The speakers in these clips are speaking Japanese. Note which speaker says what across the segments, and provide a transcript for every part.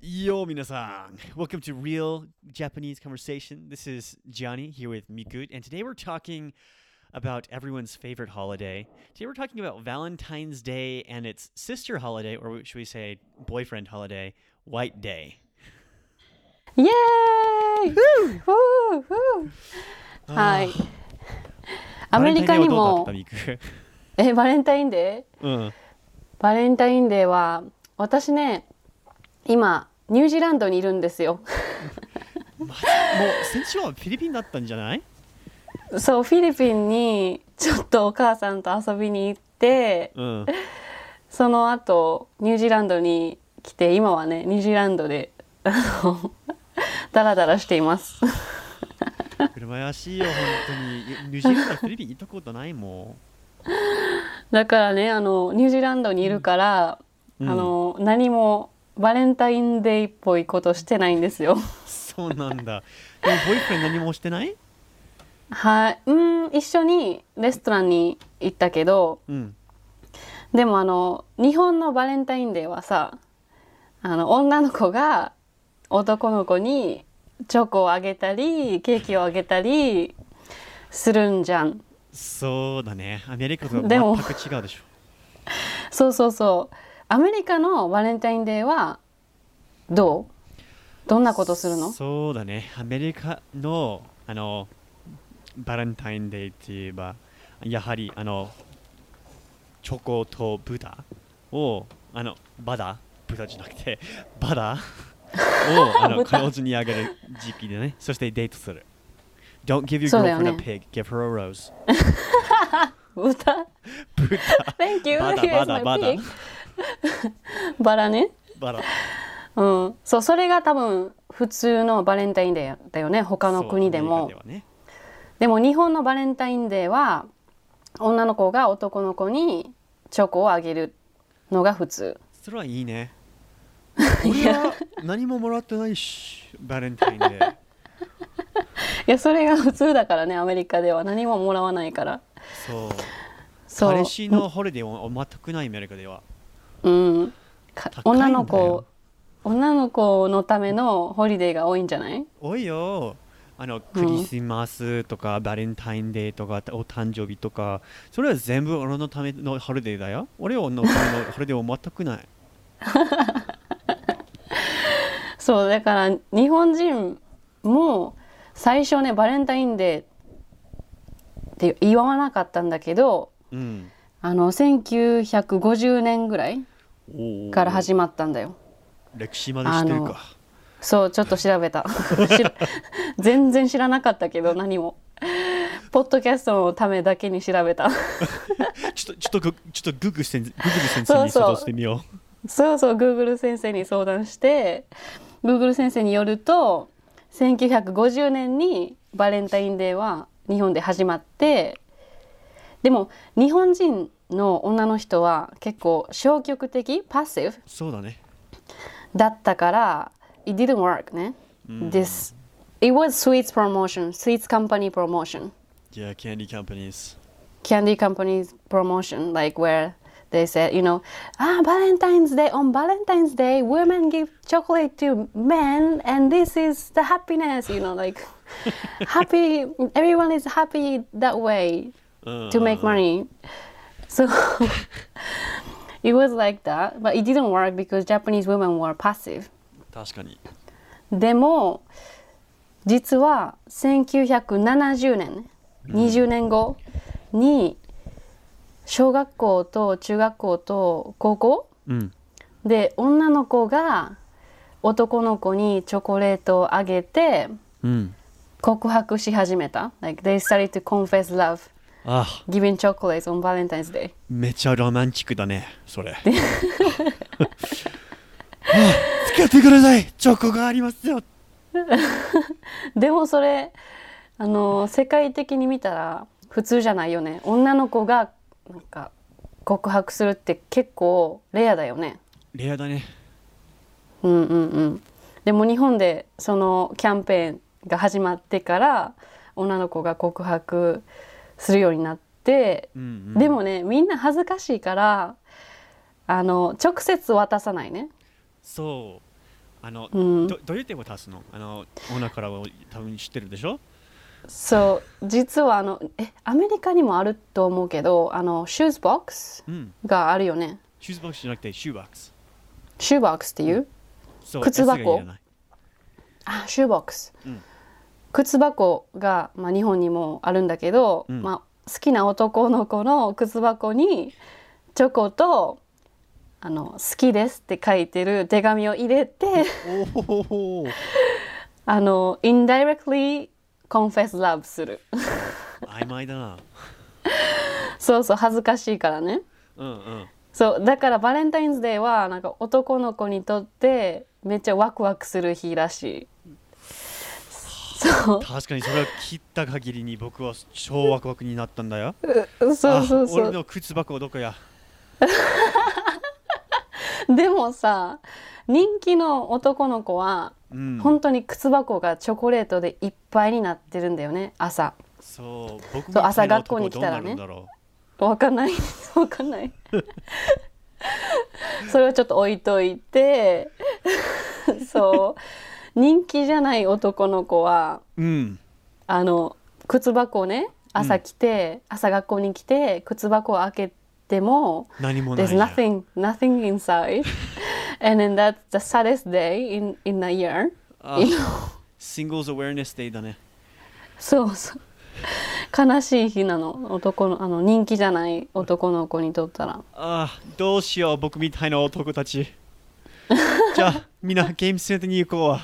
Speaker 1: Yo, minasan! Welcome to Real Japanese Conversation. This is Johnny here with Mikut, and today we're talking about everyone's favorite holiday. Today we're talking about Valentine's Day and its sister holiday, or should we say boyfriend holiday, White Day.
Speaker 2: Yay! Woo! Woo! はい。アメリカにも
Speaker 1: バ、レンタインデーはどうだった、ミク。Uh.
Speaker 2: え、バレンタインデー
Speaker 1: うん。
Speaker 2: バレンタインデーは、私ね、今、ニュージーランドにいるんですよ。
Speaker 1: まずもう先週はフィリピンだったんじゃない
Speaker 2: そう、フィリピンに、ちょっとお母さんと遊びに行って、
Speaker 1: うん。
Speaker 2: その後、ニュージーランドに来て、今はね、ニュージーランドで、あの、ダラダラしています。
Speaker 1: 羨ましいよ、本当に。ニュージーランドからフィリピン行ったことない も
Speaker 2: だからね、あの、ニュージーランドにいるから、
Speaker 1: ん。うん
Speaker 2: あ、の何もバレンタインデーっぽいことしてないんですよ。
Speaker 1: そうなんだ。でも、ボイフレン何もしてない
Speaker 2: はい、うん一緒にレストランに行ったけど
Speaker 1: うん。
Speaker 2: でもあの日本のバレンタインデーはさあの女の子が男の子にチョコをあげたりケーキをあげたりするんじゃん。
Speaker 1: そうだね。アメリカとは
Speaker 2: でも
Speaker 1: 全く違うでしょ。
Speaker 2: そうそうそうアメリカのバレンタインデーはどうどんなことするの
Speaker 1: そうだね。アメリカの、あの、バレンタインデーって言えば、やはり、あの、チョコと豚を、あの、バダ、豚じゃなくて、 バダを、 あの、
Speaker 2: 豚
Speaker 1: 彼女にあげる時期でね。そしてデートする。Don't give your
Speaker 2: そうだよ
Speaker 1: girlfriend
Speaker 2: ね
Speaker 1: a pig, give her a rose.
Speaker 2: 豚
Speaker 1: 豚、
Speaker 2: Thank you.
Speaker 1: バダバ
Speaker 2: Here's
Speaker 1: ダ
Speaker 2: my
Speaker 1: バダ
Speaker 2: pig. バラね。
Speaker 1: バダ。
Speaker 2: うん、そうそれが多分普通のバレンタインデーだよね他の国で
Speaker 1: そうア
Speaker 2: も
Speaker 1: メリカではね
Speaker 2: でも日本のバレンタインデーは女の子が男の子にチョコをあげるのが普通
Speaker 1: それはいい ね。俺は何ももらってないし、バレンタイン デー。
Speaker 2: いやそれが普通だからねアメリカでは何ももらわないから
Speaker 1: そう。
Speaker 2: そう
Speaker 1: 彼氏のホリデーは全くないアメリカでは。
Speaker 2: うん、か
Speaker 1: 高いんだよ
Speaker 2: 女の子女の子のためのホリデーが多いんじゃない
Speaker 1: おいよ。あのクリスマスとか、バレンタインデーとかお誕生日とかそれは全部俺のためのホリデーだよ俺はのためのホリデーは全くない
Speaker 2: そうだから日本人も最初ねバレンタインデーって言わなかったんだけど
Speaker 1: うん
Speaker 2: あの1950年ぐらい
Speaker 1: お
Speaker 2: から始まったんだよ。
Speaker 1: ま歴史までしてるか
Speaker 2: そうちょっと調べた 知ら全然知らなかったけど何もポッドキャストのためだけに調べた
Speaker 1: ちょっとちょっとグちょっとグーグー先生グーグー先生
Speaker 2: そう
Speaker 1: に
Speaker 2: そう
Speaker 1: 相談してみよう
Speaker 2: そうそう Google 先生に相談して Google 先生によると1950年にバレンタインデーは日本で始まってでも日本人の女の人は結構消極的パッシブ
Speaker 1: そうだね
Speaker 2: だったから、it didn't work ね。This, it was sweets promotion, sweets company promotion,
Speaker 1: Yeah, candy companies.
Speaker 2: candy company promotion, like where they said, you know, ah, Valentine's Day, on Valentine's Day, women give chocolate to men, and this is the happiness, you know, like happy, everyone is happy that way to make money. So it was like that, but it didn't work because Japanese women were passive.
Speaker 1: 確かに。
Speaker 2: でも実は1970年ね20年後に小学校と中学校と高校
Speaker 1: うん。
Speaker 2: で女の子が男の子にチョコレートをあげて
Speaker 1: うん。
Speaker 2: 告白し始めた。Like they started to confess love,
Speaker 1: あ、
Speaker 2: giving chocolates on Valentine's Day.
Speaker 1: めちゃロマンチックだね、それ。 付き合ってくださいチョコがありますよ
Speaker 2: でもそれあの世界的に見たら普通じゃないよね女の子がなんか告白するって結構レアだよね
Speaker 1: レアだね。
Speaker 2: うんうんうんでも日本でそのキャンペーンが始まってから女の子が告白するようになって、
Speaker 1: うん、うん。
Speaker 2: でもねみんな恥ずかしいからあの直接渡さないね
Speaker 1: そう。あの、どどういう手を足すのあの女からは多分知ってるでしょ
Speaker 2: そう実はあのえアメリカにもあると思うけどあのシューズボックス
Speaker 1: うん
Speaker 2: があるよね
Speaker 1: シューズボックスじゃなくてシューボックス
Speaker 2: シューボックスっていう
Speaker 1: そう
Speaker 2: 靴
Speaker 1: S が
Speaker 2: 箱
Speaker 1: いらない
Speaker 2: あシューボックス、
Speaker 1: うん
Speaker 2: 靴箱が、まあ、日本にもあるんだけど、
Speaker 1: うん
Speaker 2: まあ、好きな男の子の靴箱にチョコとあの「好きです」って書いてる手紙を入れて
Speaker 1: おお
Speaker 2: あの indirectly confess love する
Speaker 1: 曖昧だな
Speaker 2: そうそう恥ずかしいからね
Speaker 1: うんうん
Speaker 2: そうだからバレンタインズデーはなんか男の子にとってめっちゃワクワクする日らしいそう
Speaker 1: 確かにそれを切った限りに僕は超ワクワクになったんだよ
Speaker 2: そうそう
Speaker 1: あ
Speaker 2: そ
Speaker 1: 俺
Speaker 2: う
Speaker 1: の靴箱どこや
Speaker 2: でもさ人気の男の子は
Speaker 1: うん
Speaker 2: 本当に靴箱がチョコレートでいっぱいになってるんだよね朝
Speaker 1: そう僕
Speaker 2: そう
Speaker 1: も
Speaker 2: 朝学校に来たらねわかんない わか んないそれはちょっと置いと いてそう人気じゃない男の子は
Speaker 1: うん
Speaker 2: あの靴箱をね朝来て、朝学校に来て靴箱を開けても
Speaker 1: 何もない
Speaker 2: There's
Speaker 1: じゃん
Speaker 2: nothing nothing inside and then that's the saddest day in in a year
Speaker 1: あ Singles Awareness Day だね
Speaker 2: そうそう悲しい日なの男のあの人気じゃない男の子にとったら
Speaker 1: ああどうしよう僕みたいな男た ちじゃあみんなゲームセンターに行こうわ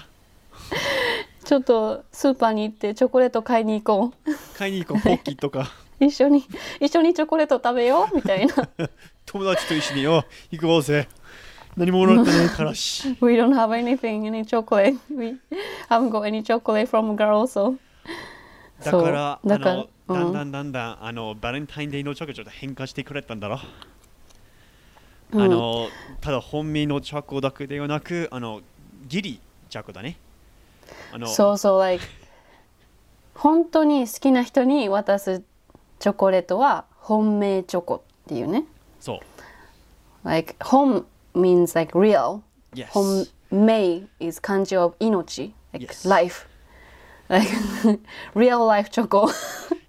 Speaker 2: ちょっとスーパーに行ってチョコレート買いに行こう
Speaker 1: 買いに行こうポッキーとか
Speaker 2: 一緒に一緒にチョコレート食べようみたいな
Speaker 1: 友達と一緒によ行こうぜ何ももらってないからし
Speaker 2: We don't have anything any chocolate we haven't got any chocolate from a girl so
Speaker 1: だから
Speaker 2: そうだから
Speaker 1: あの
Speaker 2: う
Speaker 1: だん
Speaker 2: ん
Speaker 1: だんだんだんあのバレンタインデーのチョコちょっと変化してくれたんだろ、あのただ本命のチョコだけではなくあのギリチョコだねあの
Speaker 2: そうそう like 本当に好きな人に渡すチョコレートは本命チョコっていうね
Speaker 1: そ
Speaker 2: like 本 means like real
Speaker 1: う Yes
Speaker 2: 本命 is 漢字 of 命 like
Speaker 1: Yes.
Speaker 2: life like real life チョコ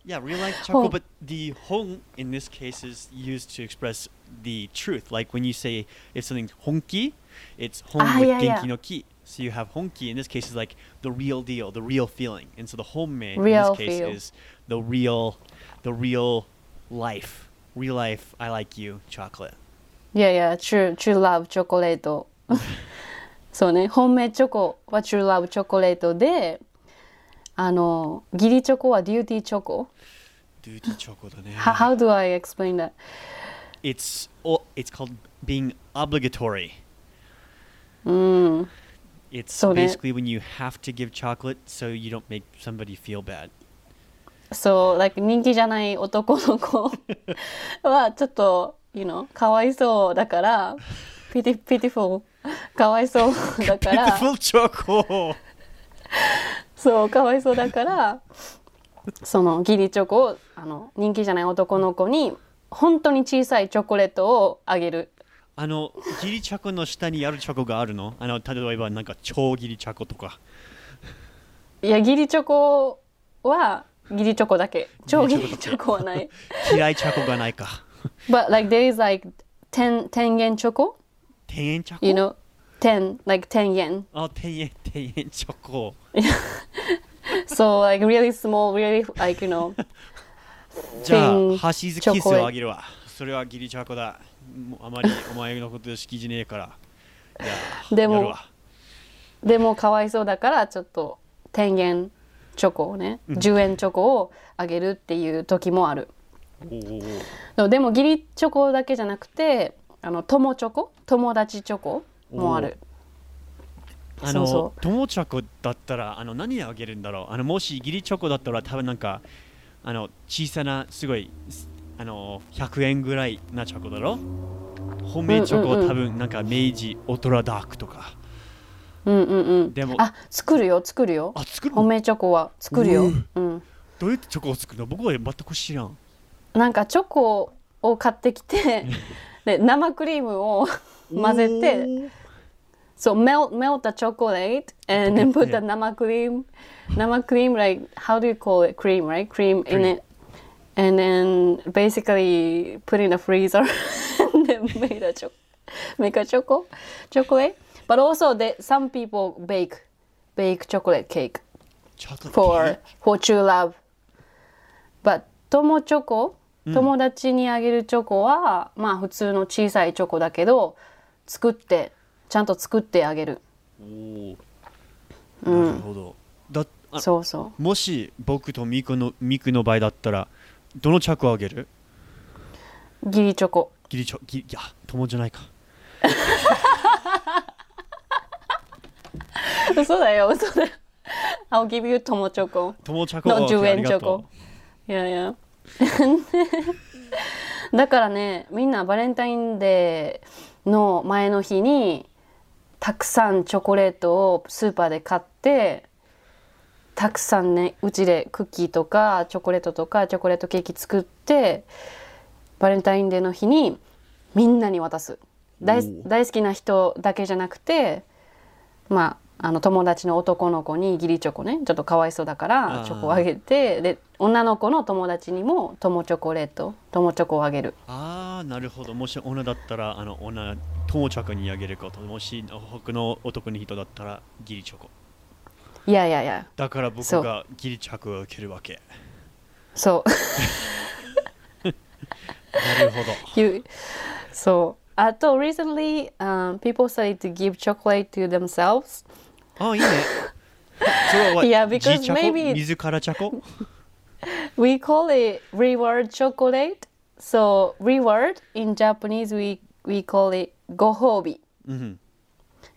Speaker 1: Yeah, real life choco,
Speaker 2: Oh.
Speaker 1: but the hong in this case is used to express the truth. Like when you say if something's honki, it's hong
Speaker 2: Ah,
Speaker 1: with
Speaker 2: yeah, yeah.
Speaker 1: genki no ki. So you have honki in this case is like the real deal, the real feeling. And so the homemade in
Speaker 2: Real
Speaker 1: this case
Speaker 2: feel.
Speaker 1: is the real the real life. Real life, I like you, chocolate.
Speaker 2: yeah yeah true true love チョコレートそうね本命チョコは true love チョコレートであの義理チョコは duty チョコ
Speaker 1: Duty choco だね
Speaker 2: how, how do I explain that
Speaker 1: It's o it's called being obligatory.
Speaker 2: うん、
Speaker 1: It's
Speaker 2: So that-
Speaker 1: basically when you have to give chocolate so you don't make somebody feel bad.
Speaker 2: そう、like 人気じゃない男の 子はちょっと、you know、かわいそうだから、pity pitiful かわいそうだから、
Speaker 1: Beautiful choco.
Speaker 2: そうかわいそうだから、そのギリチョコをあの人気じゃない男の子に本当に小さいチョコレートをあげる。
Speaker 1: あの、ギリチョコの下にあるチョコがあるのあの、例えばなんか超ギリチョコとか。
Speaker 2: いや、ギリチョコはギリチョコだけ。超ギ
Speaker 1: ギ
Speaker 2: リ
Speaker 1: リ
Speaker 2: チョコはない。
Speaker 1: 嫌いチョコがない か。
Speaker 2: But like there is like 10, 10 yen チョコ
Speaker 1: 天円チョコ
Speaker 2: you know 10 like 10 yen
Speaker 1: あ、天円、天円チョコ。
Speaker 2: so like really small really like you know
Speaker 1: じゃ
Speaker 2: 天
Speaker 1: あ、
Speaker 2: 円
Speaker 1: ハシーズキスをあげるわ。それはギリチョコだ。もうあまりお前のこと好きじゃねえから。いやー、
Speaker 2: でも
Speaker 1: やるわ
Speaker 2: でもかわいそうだからちょっと10円チョコをね10円チョコをあげるっていう時もある
Speaker 1: おーおーおー
Speaker 2: そうでも義理チョコだけじゃなくてあの友チョコ友達チョコもある
Speaker 1: あの
Speaker 2: そうそ
Speaker 1: 友チョコだったらあの何あげるんだろうあのもしギリチョコだったら多分なんかあの小さなすごいすあの100円ぐらいなチョコだろ本命チョコ
Speaker 2: うんうんうん
Speaker 1: 多分なんか明治オトラダークとか
Speaker 2: うんうんうん
Speaker 1: でも
Speaker 2: あ作るよ作るよ
Speaker 1: あ作る
Speaker 2: 本
Speaker 1: の
Speaker 2: 命チョコは作るよ、
Speaker 1: う
Speaker 2: うん、
Speaker 1: どうやってチョコを作るの僕は全く知らん
Speaker 2: なんかチョコ を買ってきてで生クリームを混ぜて
Speaker 1: おー
Speaker 2: So melt melt the chocolate and then put the nama cream, nama cream like how do you call it cream right cream, in
Speaker 1: Cream.
Speaker 2: it, and then basically put in the freezer and then make a cho- make a choco chocolate. But also that some people bake bake chocolate cake
Speaker 1: Chocolate
Speaker 2: for
Speaker 1: cake?
Speaker 2: for true love. But 友チョコ、友達にあげるチョコはまあ普通の小さいチョコだけど作ってちゃんと作ってあげる。
Speaker 1: おーなるほど。だあ
Speaker 2: そうそ
Speaker 1: もし僕とミクのミクの場合だったらどのチョコをあげる
Speaker 2: う。ギリチョコ。
Speaker 1: ギリチョギリいや友じゃないか
Speaker 2: 嘘だよ嘘だよ。I'll give you 友チョコ。
Speaker 1: 友チョコ
Speaker 2: の
Speaker 1: OK
Speaker 2: 10
Speaker 1: あり
Speaker 2: 円
Speaker 1: が
Speaker 2: チ
Speaker 1: と
Speaker 2: ョ
Speaker 1: う
Speaker 2: コ。いやいや。 だからねみんなバレンタインデーの前の日にたくさんチョコレートをスーパーで買ってたくさんねうちでクッキーとかチョコレートとかチョコレートケーキ作ってバレンタインデーの日にみんなに渡す大
Speaker 1: おお
Speaker 2: 大好きな人だけじゃなくてまああの友達の男の子に義理チョコねちょっとかわいそうだか
Speaker 1: あ
Speaker 2: ら
Speaker 1: ー
Speaker 2: チョコをあげてで女の子の友達にも友チョコレート友チョコをあげる
Speaker 1: ああなるほどもし女だったらあの女友チョコにあげることもし他の男の人だったらギリチョコ
Speaker 2: いやいやいや
Speaker 1: だから僕
Speaker 2: そう
Speaker 1: がギリチョコを受けるわけ
Speaker 2: そう
Speaker 1: な るほど
Speaker 2: you so uh, so recently um, people started to give chocolate to themselves
Speaker 1: ああいいねそれは what？
Speaker 2: いや because
Speaker 1: 自チョコ
Speaker 2: maybe-
Speaker 1: 自らチョコ
Speaker 2: we call it reward chocolate so reward in japanese we we call it gohobi
Speaker 1: うん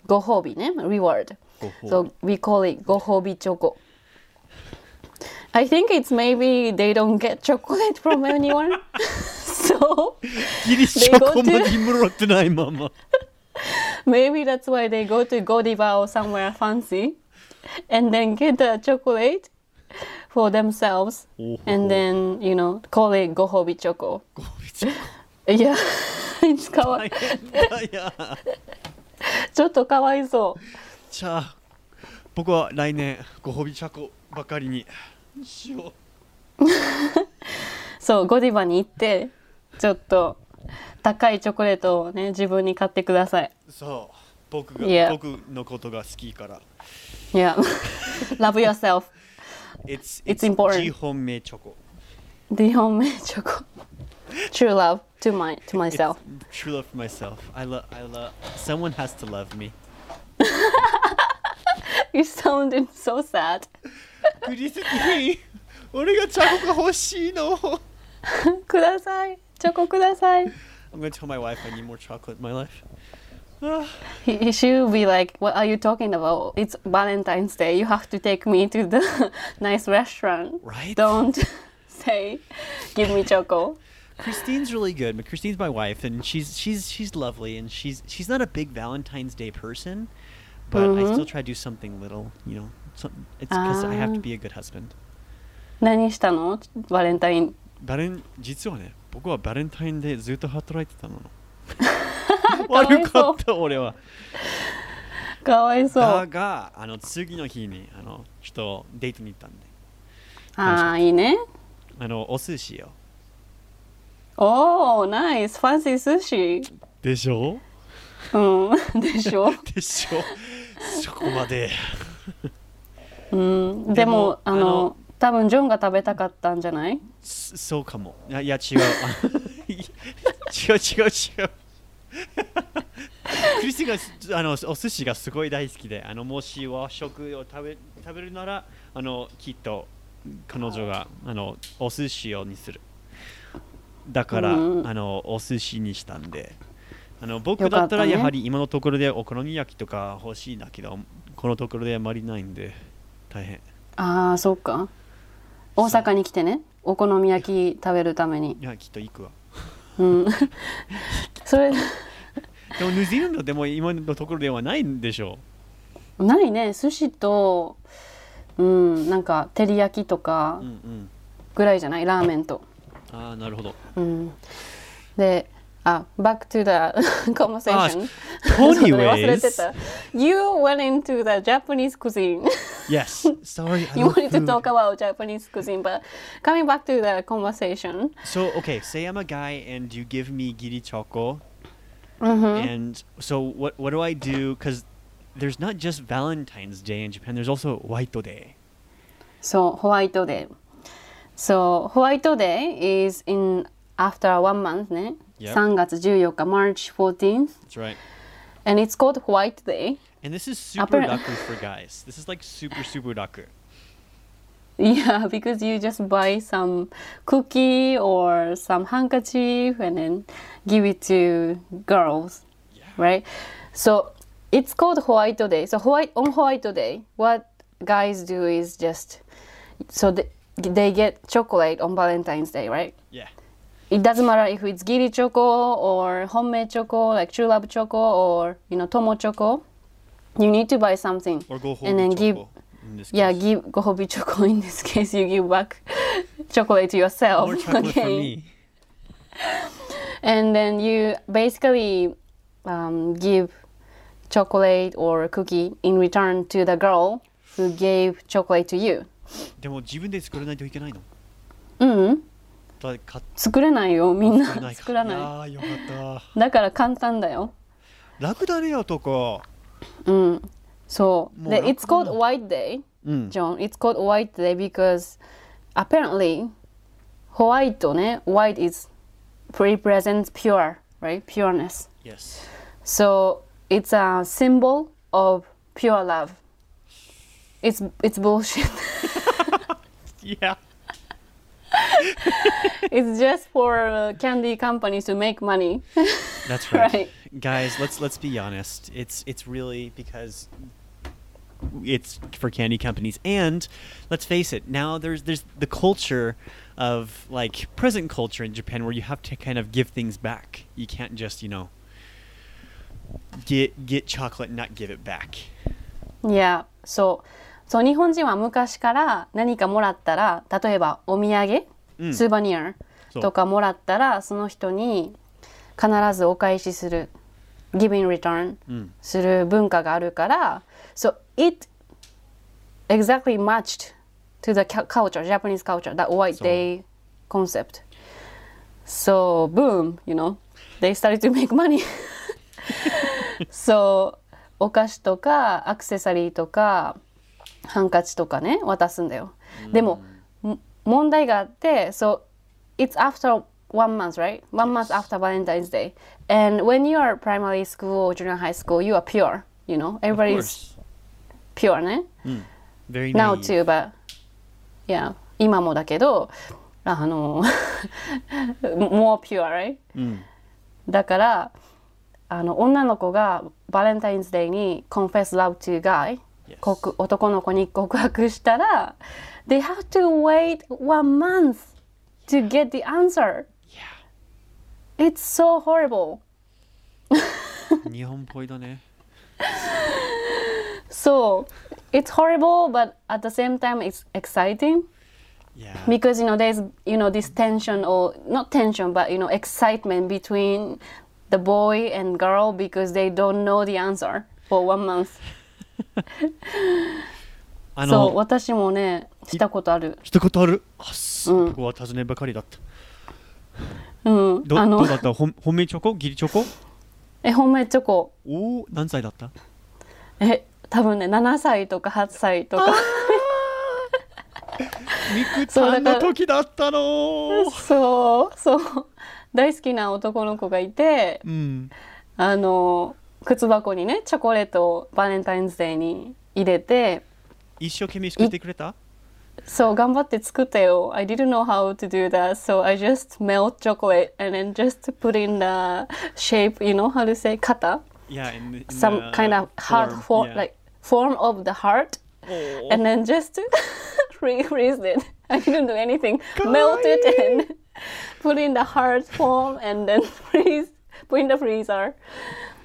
Speaker 2: ご褒美ね reward
Speaker 1: ご褒美
Speaker 2: so we call it ご褒美 choco I think it's maybe they don't get chocolate from anyone so
Speaker 1: ギリチョコもにもらってないまま
Speaker 2: Maybe that's why they go to Godiva or somewhere fancy and then get the chocolate for themselves
Speaker 1: Oh, oh, oh.
Speaker 2: and then, you know, call it Gohobi Choco.
Speaker 1: ご褒美チョコ
Speaker 2: Yeah, it's かわ
Speaker 1: 大変だよ
Speaker 2: ちょっとかわいそ
Speaker 1: じゃあ僕は来年ご褒美チョコばかりにしよう
Speaker 2: う。そう、ゴディバに行って、ちょっと高いチョコレートをね、自分に買ってください。
Speaker 1: そう僕が、
Speaker 2: Yeah.
Speaker 1: 僕のことが好きから。
Speaker 2: Yeah, love yourself.
Speaker 1: It's,
Speaker 2: It's important.
Speaker 1: 自本命チョコ。
Speaker 2: The homemade choco. True love to, my, to myself.
Speaker 1: It's true love for myself. I love. I love. Someone has to love me.
Speaker 2: You sounded so sad.
Speaker 1: クリスティーン、 俺がチョコが欲しいの。
Speaker 2: ください。チョコください。
Speaker 1: I'm gonna tell my wife I need more chocolate in my life. Ah, あ
Speaker 2: He, he should be like, "What are you talking about? It's Valentine's Day. You have to take me to the nice restaurant.
Speaker 1: Right?
Speaker 2: Don't say, give me choco."
Speaker 1: Christine's really good, but Christine's my wife, and she's she's she's lovely, and she's she's not a big Valentine's Day person, but I
Speaker 2: Mm-hmm.
Speaker 1: still try to do something little, you know. Some, it's because I have to
Speaker 2: Ah.
Speaker 1: be a good husband.
Speaker 2: 何したの？バレンタイン。
Speaker 1: バレン実はね僕はバレンタインでずっと働いて たの
Speaker 2: わいそう
Speaker 1: 悪かった俺は
Speaker 2: かわいそう。
Speaker 1: だ
Speaker 2: あ
Speaker 1: があの次の日にあのちょっとデートに行ったんで
Speaker 2: あーいいね。
Speaker 1: あのお寿司よ
Speaker 2: おお、ナイス、ファンシー寿司。
Speaker 1: でしょ
Speaker 2: うん、でしょ。
Speaker 1: でしょ そこまで
Speaker 2: うん、
Speaker 1: で
Speaker 2: で
Speaker 1: も
Speaker 2: もあ
Speaker 1: あの
Speaker 2: の多分ジョンが食べたかったんじゃない？
Speaker 1: そそうかもいやいや違うあ 違う違う違う クリスがあのお寿司がすごい大好きであのもし和食を食べ食べるならあのきっと彼女があのお寿司をにするだから、
Speaker 2: うん
Speaker 1: あのお寿司にしたんであの僕
Speaker 2: よか
Speaker 1: だ
Speaker 2: っ
Speaker 1: った
Speaker 2: た
Speaker 1: ら
Speaker 2: ね
Speaker 1: やはり今のところでお好み焼きとか欲しいんだけどこのところであまりないんで大変
Speaker 2: ああ、そうか。大阪に来てね、お好み焼き食べるために。
Speaker 1: いやきっと行くわ
Speaker 2: うん。 それ。
Speaker 1: でもニュージーランドでも今のところではないんでしょ
Speaker 2: ないね寿司とうんなんか照り焼きとか
Speaker 1: う。うんうん。
Speaker 2: ぐらいじゃないラーメンと、
Speaker 1: ああ、なるほど。
Speaker 2: うん、で Ah, back to the conversation.
Speaker 1: Tony
Speaker 2: 忘れ
Speaker 1: ways.
Speaker 2: てた You went into the Japanese cuisine.
Speaker 1: Yes. Sorry. I
Speaker 2: you
Speaker 1: love
Speaker 2: wanted to
Speaker 1: food.
Speaker 2: talk about Japanese cuisine, but coming back to the conversation.
Speaker 1: So okay, say I'm a guy and you give me giri choco,
Speaker 2: Mm-hmm.
Speaker 1: and so what? What do I do? Because there's not just Valentine's Day in Japan. There's also White Day.
Speaker 2: So, ホワイトデー。So, ホワイトデー is in after one month ね。
Speaker 1: Yep.
Speaker 2: 3月14日、March 14th.
Speaker 1: That's right.
Speaker 2: And it's called White Day.
Speaker 1: And this is super
Speaker 2: Appar-
Speaker 1: daku for guys. This is like super super daku.
Speaker 2: Yeah, because you just buy some cookie or some handkerchief and then give it to girls, right? So it's called White Day. So white on White Day, what guys do is just so they, they get chocolate on Valentine's Day, right?
Speaker 1: Yeah.
Speaker 2: It doesn't matter if it's giri choco or homemade choco, like true love choco or you know tomo choco. You need to buy something
Speaker 1: Or go home.
Speaker 2: and then give
Speaker 1: In this
Speaker 2: yeah,
Speaker 1: case.
Speaker 2: give gohobi choco in this case. You give back chocolate to yourself.
Speaker 1: More chocolate for
Speaker 2: okay?
Speaker 1: me.
Speaker 2: And then you basically um, give chocolate or cookie in return to the girl who gave chocolate to you.
Speaker 1: でも自分で作らないといけないの。
Speaker 2: うん、
Speaker 1: だ買って
Speaker 2: 作れないよ、み
Speaker 1: くれ
Speaker 2: ん
Speaker 1: な
Speaker 2: な。
Speaker 1: いか。
Speaker 2: 作ら
Speaker 1: い
Speaker 2: な
Speaker 1: やーよかっ
Speaker 2: い。だから簡単だよ。
Speaker 1: た。楽だね男。
Speaker 2: うん。そう。
Speaker 1: もう
Speaker 2: で、
Speaker 1: 楽
Speaker 2: It's called
Speaker 1: だ
Speaker 2: White Day,
Speaker 1: うん。
Speaker 2: John. It's called White Day because apparently, ホワイトね、white is represents pure, right? Pureness.
Speaker 1: Yes.
Speaker 2: So it's a symbol of pure love. It's it's bullshit.
Speaker 1: Yeah.
Speaker 2: it's just for uh, candy companies to make money.
Speaker 1: That's right.
Speaker 2: Right.
Speaker 1: Guys, let's let's be honest. It's it's really because it's for candy companies and let's face it, now there's there's the culture of like present culture in Japan where you have to kind of give things back. You can't just, you know, get get chocolate and not give it back.
Speaker 2: yeah. So そう日本人は昔から何かもらったら例えばお土産、
Speaker 1: うん
Speaker 2: スーバニア
Speaker 1: そう
Speaker 2: とかもらったらその人に必ずお返しする give in return
Speaker 1: うん。
Speaker 2: する文化があるから、so it exactly matched to the cu- culture, Japanese culture, that white
Speaker 1: そう
Speaker 2: day concept. So boom, you know, they started to make money. so お菓子とかアクセサリーとかハンカチとかね渡すんだよ。でもも問題があって so it's after one month, right? One month after Valentine's Day. And when you are primary school or junior high school, you are pure. You know,
Speaker 1: Of
Speaker 2: everybody is
Speaker 1: course.
Speaker 2: pure ね。
Speaker 1: Very
Speaker 2: now
Speaker 1: naive.
Speaker 2: too, but yeah, 今もだけど、あの、more pure, right?
Speaker 1: うん。
Speaker 2: だから、あの女の子がバレンタインズデーに confess love to guy、
Speaker 1: Yes.
Speaker 2: 告男の子に告白したら、they have to wait one month to get the answer.
Speaker 1: Yeah.
Speaker 2: It's so horrible.
Speaker 1: 日本っぽいだね。
Speaker 2: So it's horrible, but at the same time, it's exciting.
Speaker 1: Yeah.
Speaker 2: because you know there's you know this tension or not tension but you know excitement between the boy and girl because they don't know the answer for one month
Speaker 1: あ
Speaker 2: そ
Speaker 1: の、
Speaker 2: う私もねしたことある
Speaker 1: したことあるあっす、
Speaker 2: うん
Speaker 1: 僕は尋ねばかりだった
Speaker 2: うん
Speaker 1: ど
Speaker 2: あ
Speaker 1: ど
Speaker 2: の
Speaker 1: うだったほん本命チョコギリチョコ
Speaker 2: え本命チョコ
Speaker 1: おお何歳だった
Speaker 2: え多分ね7歳とか8歳とか
Speaker 1: 肉
Speaker 2: そう
Speaker 1: た
Speaker 2: だ
Speaker 1: ん
Speaker 2: か
Speaker 1: の
Speaker 2: ら
Speaker 1: 時だったのー
Speaker 2: そうそう大好きな男の子がいて
Speaker 1: うん
Speaker 2: あの靴箱にねチョコレートをバレンタインズデーに入れて
Speaker 1: 一生懸命作ってくれた
Speaker 2: So 頑張って作ったよ。I didn't know how to do that, so I just melt chocolate and then just put in the shape, you know how to say 型
Speaker 1: Yeah, in, in the
Speaker 2: Some kind of hard
Speaker 1: form,
Speaker 2: form,
Speaker 1: yeah.
Speaker 2: like form of the heart,
Speaker 1: Oh.
Speaker 2: and then just re-freeze it. I didn't do anything.
Speaker 1: かわいい
Speaker 2: Melt it and put in the heart form and then freeze, put in the freezer.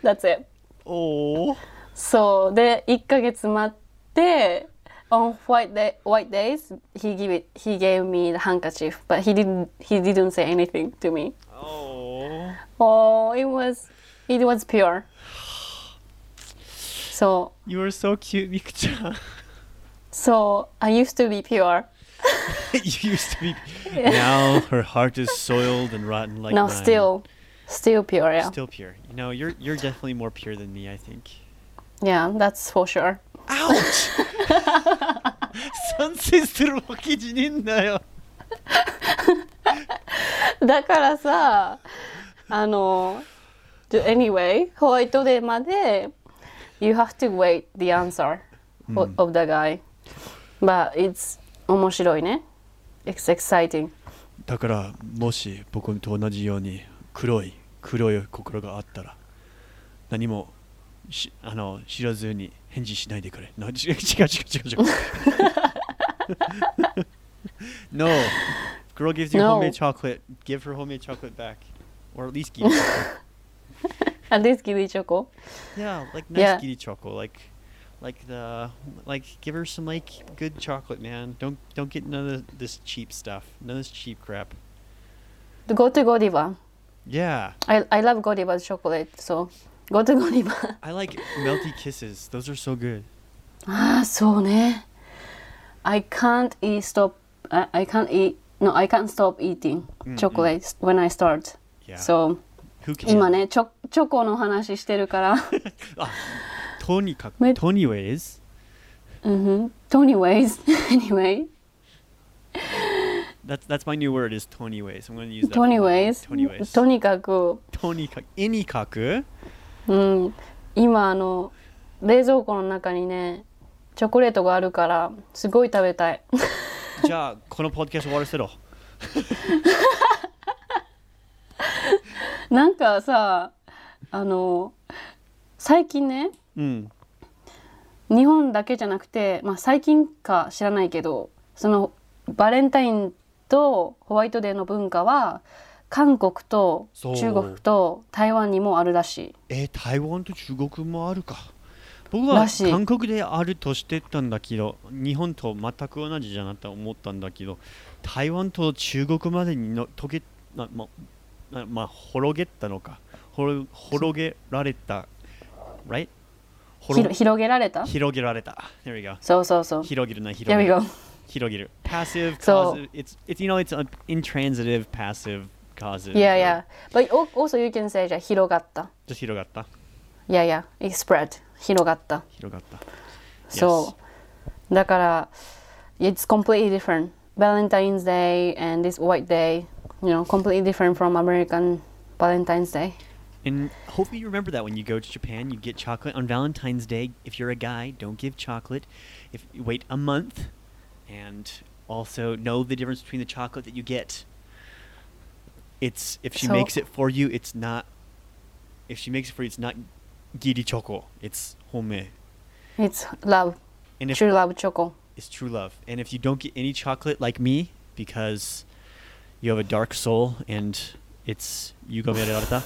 Speaker 2: That's it.
Speaker 1: おー
Speaker 2: そうで1ヶ月待って on white day white days he gave it he gave me the handkerchief but he didn't he didn't say anything to me
Speaker 1: おー
Speaker 2: Oh, it was, it was pure. So,
Speaker 1: You are so cute, Miku-chan.
Speaker 2: so I used to be pure.
Speaker 1: you used to be. Now her heart is soiled and rotten like
Speaker 2: now
Speaker 1: mine.
Speaker 2: still, still pure. Yeah,
Speaker 1: Still pure. You know, you're you're definitely more pure than me. I think.
Speaker 2: yeah, that's for sure.
Speaker 1: Ouch! 賛成するわけじゃねえんだよ。
Speaker 2: だからさあの do- anyway ホワイトデーまで you have to wait the answer of, of the guy but it's 面白いね it's exciting
Speaker 1: だからもし僕と同じように黒い黒い心があったら何もしあの知らずに返事しないでくれ。な違う違う違 う違う違う。no. Girl gives you
Speaker 2: No.
Speaker 1: homemade chocolate. Give her homemade chocolate back. Or at least give it.
Speaker 2: あですギリチョコ
Speaker 1: Yeah, like nice
Speaker 2: Yeah.
Speaker 1: kitty chocolate, like like the like give her some like good chocolate, man. Don't don't get none of this cheap stuff. None of this cheap crap.
Speaker 2: go to Godiva
Speaker 1: Yeah.
Speaker 2: I, I love Godiva's chocolate so go to Godiva
Speaker 1: I like melty kisses. Those are so good.
Speaker 2: ああ Ah, そうね I can't eat stop I I can't eat no I can't stop eating chocolate when I start
Speaker 1: Yeah.
Speaker 2: so
Speaker 1: Who can?
Speaker 2: 今ねチョチョコの話してるから
Speaker 1: Ah, Tony Cook.
Speaker 2: Wait.
Speaker 1: Tony ways.
Speaker 2: うんふん anyways anyway
Speaker 1: That's that's my new word is Tony ways. I'm gonna use that.
Speaker 2: とに ways
Speaker 1: Tony ways.
Speaker 2: とにかく、
Speaker 1: Tony Cook. Any Kaku.
Speaker 2: うん、今あの冷蔵庫の中にねチョコレートがあるからすごい食 べたい
Speaker 1: Ja, kono podcast water settle.
Speaker 2: なんかさあの最近ね
Speaker 1: Mm.
Speaker 2: 日本だけじゃなくて、まあ、最近か知らないけどそのバレンタインとホワイトデーの文化は韓国と
Speaker 1: そう
Speaker 2: 中国と台湾にもあるらしい。
Speaker 1: えー台湾と中国もあるか僕は
Speaker 2: らしい
Speaker 1: 韓国であるとしてたんだけど日本と全く同じじゃなと思ったんだけど台湾と中国までにの溶けなまなまあ滅げたのか滅滅げられた right
Speaker 2: ひ
Speaker 1: 滅
Speaker 2: ろ広げられた
Speaker 1: 広げられた there we go
Speaker 2: そうそうそう。
Speaker 1: 広げるな
Speaker 2: There
Speaker 1: 広
Speaker 2: we
Speaker 1: げる
Speaker 2: go.
Speaker 1: 広げる passive
Speaker 2: そう
Speaker 1: causive it's it's you know it's an intransitive passive causive
Speaker 2: Yeah, yeah. But al- also you can say じゃあ広がった。
Speaker 1: just 広がった
Speaker 2: Yeah, yeah. It spread. 広がった。
Speaker 1: 広がった Yes.
Speaker 2: そう。だから、it's completely different. Valentine's Day and this White Day, you know, completely different from American Valentine's Day.
Speaker 1: And hopefully you remember that when you go to Japan, you get chocolate on Valentine's Day. If you're a guy, don't give chocolate. If you wait a month, and also know the difference between the chocolate that you get. It's if she
Speaker 2: So-
Speaker 1: makes it for you, it's not. If she makes it for you, it's not giri choco. It's home.
Speaker 2: It's love.
Speaker 1: And if
Speaker 2: True love choco.
Speaker 1: it's true love. And if you don't get any chocolate like me, because you have a dark soul and it's Yugo Mirarata.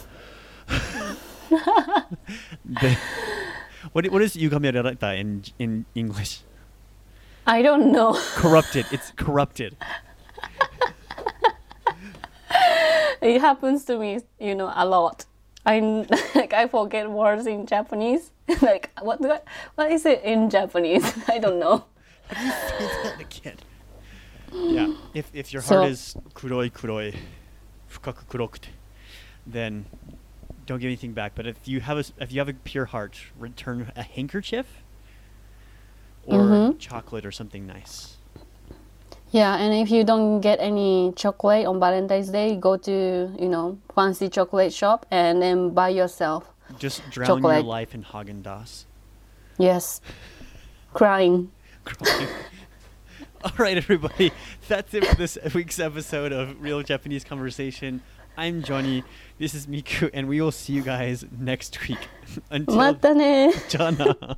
Speaker 1: the, what, what is Yugo Mirarata in, in English?
Speaker 2: I don't know.
Speaker 1: Corrupted. It's corrupted.
Speaker 2: It happens to me, you know, a lot. I like I forget words in Japanese. like what do I, what is it in Japanese? I don't know.
Speaker 1: Say that again. Yeah. If, if your
Speaker 2: So-
Speaker 1: heart is kuroi kuroi, fukaku kurokute, then don't give anything back. But if you have a s- if you have a pure heart, return a handkerchief or
Speaker 2: Mhm.
Speaker 1: chocolate or something nice.
Speaker 2: Yeah, and if you don't get any chocolate on Valentine's Day, go to, you know, fancy chocolate shop and then buy yourself.
Speaker 1: Just drown your
Speaker 2: Chocolate.
Speaker 1: life in Haagen Dazs.
Speaker 2: Yes. Crying.
Speaker 1: All right, everybody. That's it for this week's episode of Real Japanese Conversation. I'm Johnny. This is Miku, and we will see you guys next week. Until
Speaker 2: またね。
Speaker 1: Jana.